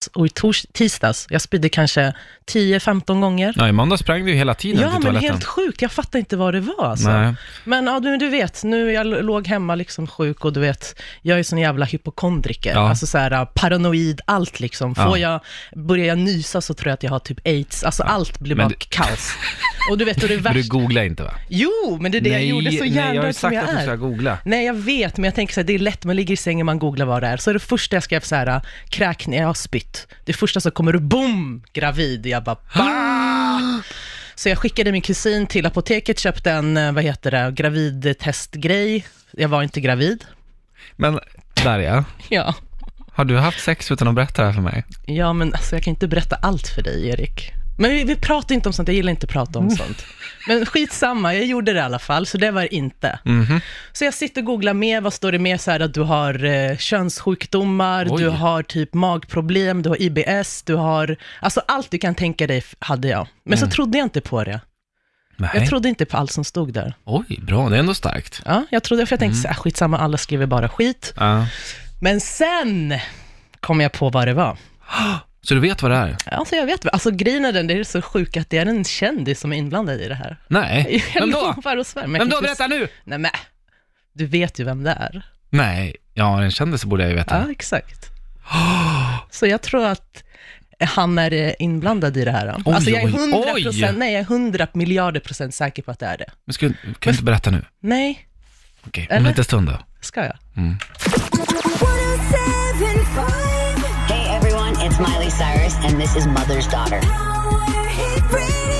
måndags och i tors- tisdags. Jag spydde kanske 10-15 gånger. Ja, i måndag sprang du ju hela tiden Ja, till men toaletten. helt sjukt. Jag fattar inte vad det var alltså. Nej. Men ja, du, du vet, nu jag l- låg hemma liksom sjuk och du vet, jag är sån jävla hypokondriker. Ja. Alltså så här äh, paranoid, allt liksom. Får Ja. jag, börjar jag nysa så tror jag att jag har typ aids. Alltså allt blir Men bara du- kaos. Och du vet, och det Men du värsta... googlar inte va? Jo, men det är det jag gjorde så nej, jag har jävla ju som sagt jag att du är. ska googla. Nej, jag vet, men jag tänker så här, det är lätt, man ligger i sängen, man googlar vad det är. Så det första jag skrev så här, äh, kräkning, jag har spytt. Det första som kommer upp, boom, gravid. Jag bara, bah! Så jag skickade min kusin till apoteket, köpte en, eh, vad heter det, gravidtestgrej. Jag var inte gravid. Men Darja, Ja. har du haft sex utan att berätta det här för mig? Ja, men alltså jag kan inte berätta allt för dig, Erik. Men vi, vi pratar inte om sånt, jag gillar inte att prata Mm. om sånt. Men skitsamma, jag gjorde det i alla fall, så det var det inte. Mhm. Så jag sitter och googlar mer, vad står det mer? Så här att du har eh, könssjukdomar, Oj. du har typ magproblem, du har IBS, du har... Alltså allt du kan tänka dig f- hade jag. Men så trodde jag inte på det. Mm. Nej. Jag trodde inte på allt som stod där. Oj, bra. Det är ändå starkt. Ja, jag trodde, för jag Mm. tänkte så här, "Ah, skitsamma, alla skriver bara skit. Ja. Men sen kom jag på vad det var. Så du vet vad det är? Alltså jag vet, alltså grejen är den, det är så sjukt att det är en kändis som är inblandad i det här. Nej. Jag Vem då? lovar och svär, men jag Vem kan då? inte- Berätta nu! Nej men, du vet ju vem det är. Nej, ja, en kändis borde jag ju veta. Ja, exakt. Så jag tror att han är eh, inblandad i det här. Oj, alltså jag är oj, 100 oj. procent, nej jag är 100 miljarder procent säker på att det är det. Men skulle, kan du inte berätta nu? Nej, Okej, om en Eller? liten stund då. ska jag? Hey everyone, it's Miley Cyrus, and this is Mother's Daughter. 1075.